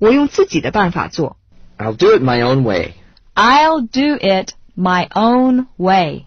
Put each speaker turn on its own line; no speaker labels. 我用自己的办法做。
I'll do it my own way.
I'll do it my own way.